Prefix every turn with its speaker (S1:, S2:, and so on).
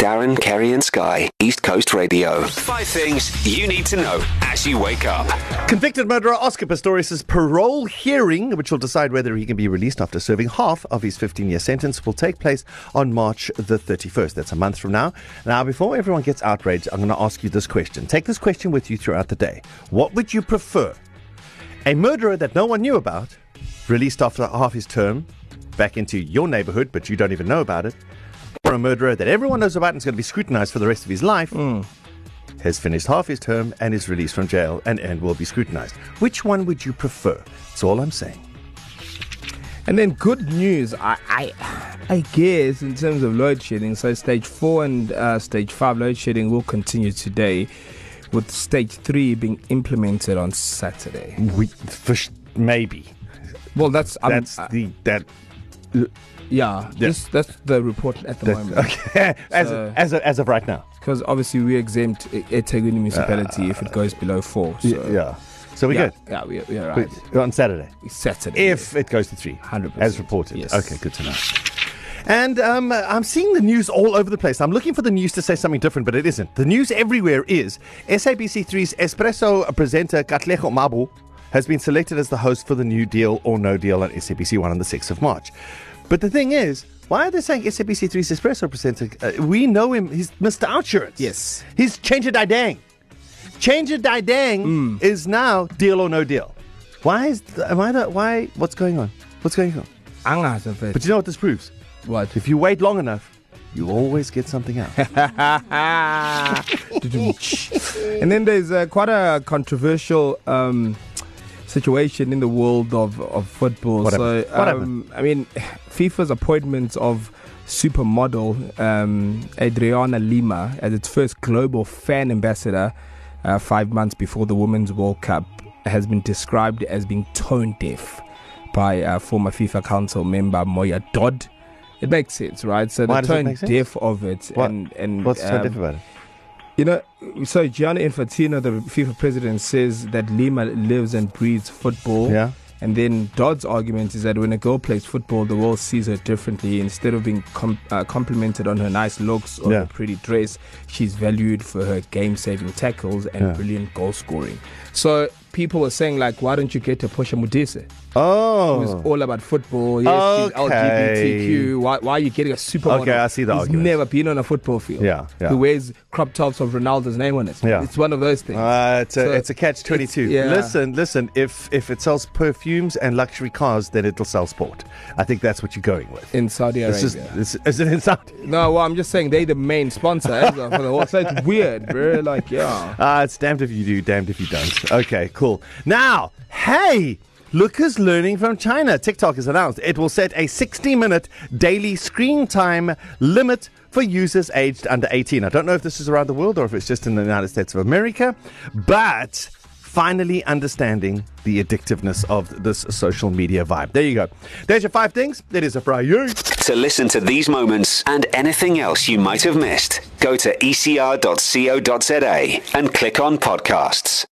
S1: Darren, Kerry, and Sky, East Coast Radio.
S2: Five things you need to know as you wake up.
S3: Convicted murderer Oscar Pistorius' parole hearing, which will decide whether he can be released after serving half of his 15 year sentence, will take place on March the 31st. That's a month from now. Now, before everyone gets outraged, I'm going to ask you this question. Take this question with you throughout the day. What would you prefer? A murderer that no one knew about, released after half his term, back into your neighborhood, but you don't even know about it, or a murderer that everyone knows about and is going to be scrutinized for the rest of his life, has finished half his term and is released from jail and, and will be scrutinized. Which one would you prefer? That's all I'm saying.
S4: And then good news, I, I, I guess in terms of load shedding, so stage four and uh, stage five load shedding will continue today, with stage three being implemented on Saturday.
S3: We, for sh- maybe.
S4: Well, that's um,
S3: That's
S4: uh,
S3: the that
S4: yeah, This, that's the report at the moment.
S3: okay. as,
S4: So-
S3: as, of, as of right now.
S4: Because obviously we exempt e- Etegwini municipality if it goes below four. So
S3: Y- Uh, yeah. So we're
S4: yeah,
S3: good.
S4: yeah, we we are
S3: But
S4: right.
S3: on Saturday.
S4: Saturday.
S3: If it goes to three.
S4: 100%,
S3: As reported.
S4: yes.
S3: Okay, good to know. And um, I'm seeing the news all over the place. I'm looking for the news to say something different, but it isn't. The news everywhere is SABC3's Espresso presenter Katleho Mabu has been selected as the host for the New Deal or No Deal on SABC1 on the 6th of March. But the thing is, why are they saying SABC3's Espresso presenter? Uh, we know him. He's Mr. Outsurance.
S4: Yes.
S3: He's Change It Dang. Change It Dang is now Deal or No Deal. Why is am I the why what's going on? What's going on?
S4: Angas of
S3: But
S4: it.
S3: you know what this proves?
S4: What?
S3: If you wait long enough, you always get something out.
S4: Ah. and then there's uh, quite a controversial um, situation in the world of, of football.
S3: What
S4: so,
S3: happened? What
S4: um, I mean, FIFA's appointment of supermodel um, Adriana Lima as its first global fan ambassador uh, five months before the Women's World Cup has been described as being tone deaf by uh, former FIFA Council member Moya Dodd. It makes sense, right? So
S3: Why
S4: the
S3: does it
S4: tone
S3: make sense?
S4: deaf of it,
S3: What-
S4: and and
S3: What's so
S4: um,
S3: different about it?
S4: you know, so Gianni Infantino, the FIFA president, says that Lima lives and breathes football.
S3: Yeah.
S4: And then Dodd's argument is that when a girl plays football, the world sees her differently. Instead of being com- uh, complimented on her nice looks or
S3: Yeah.
S4: her pretty dress, she's valued for her game-saving tackles and
S3: Yeah.
S4: brilliant goal scoring. So people were saying, like, why don't you get a Porsche Mudise? It's
S3: Oh,
S4: all about football. Yes, she's
S3: Okay.
S4: LGBTQ. Why, why are you getting a supermodel?
S3: Okay, I see the
S4: who's
S3: argument.
S4: never been on a football field.
S3: Yeah, yeah.
S4: Who wears crop tops of Ronaldo's name on it.
S3: Yeah.
S4: It's one of those things.
S3: uh, it's, a,
S4: So
S3: it's a catch twenty-two.
S4: it's- yeah.
S3: Listen, listen. If if it sells perfumes and luxury cars, then it'll sell sport. I think that's what you're going with.
S4: in Saudi Arabia.
S3: It's just, it's, is it in Saudi?
S4: no, well, I'm just saying they're the main sponsor. eh, for the whole- so it's weird, bro. Like, yeah.
S3: Ah, it's damned if you do, damned if you don't. Okay, cool. Now, hey, lookers learning from China. TikTok has announced it will set a 60 minute daily screen time limit for users aged under 18. I don't know if this is around the world or if it's just in the United States of America, but finally understanding the addictiveness of this social media vibe. There you go. There's your five things. It is a Friday.
S2: To listen to these moments and anything else you E might have missed, go to ecr.co.za and click on podcasts.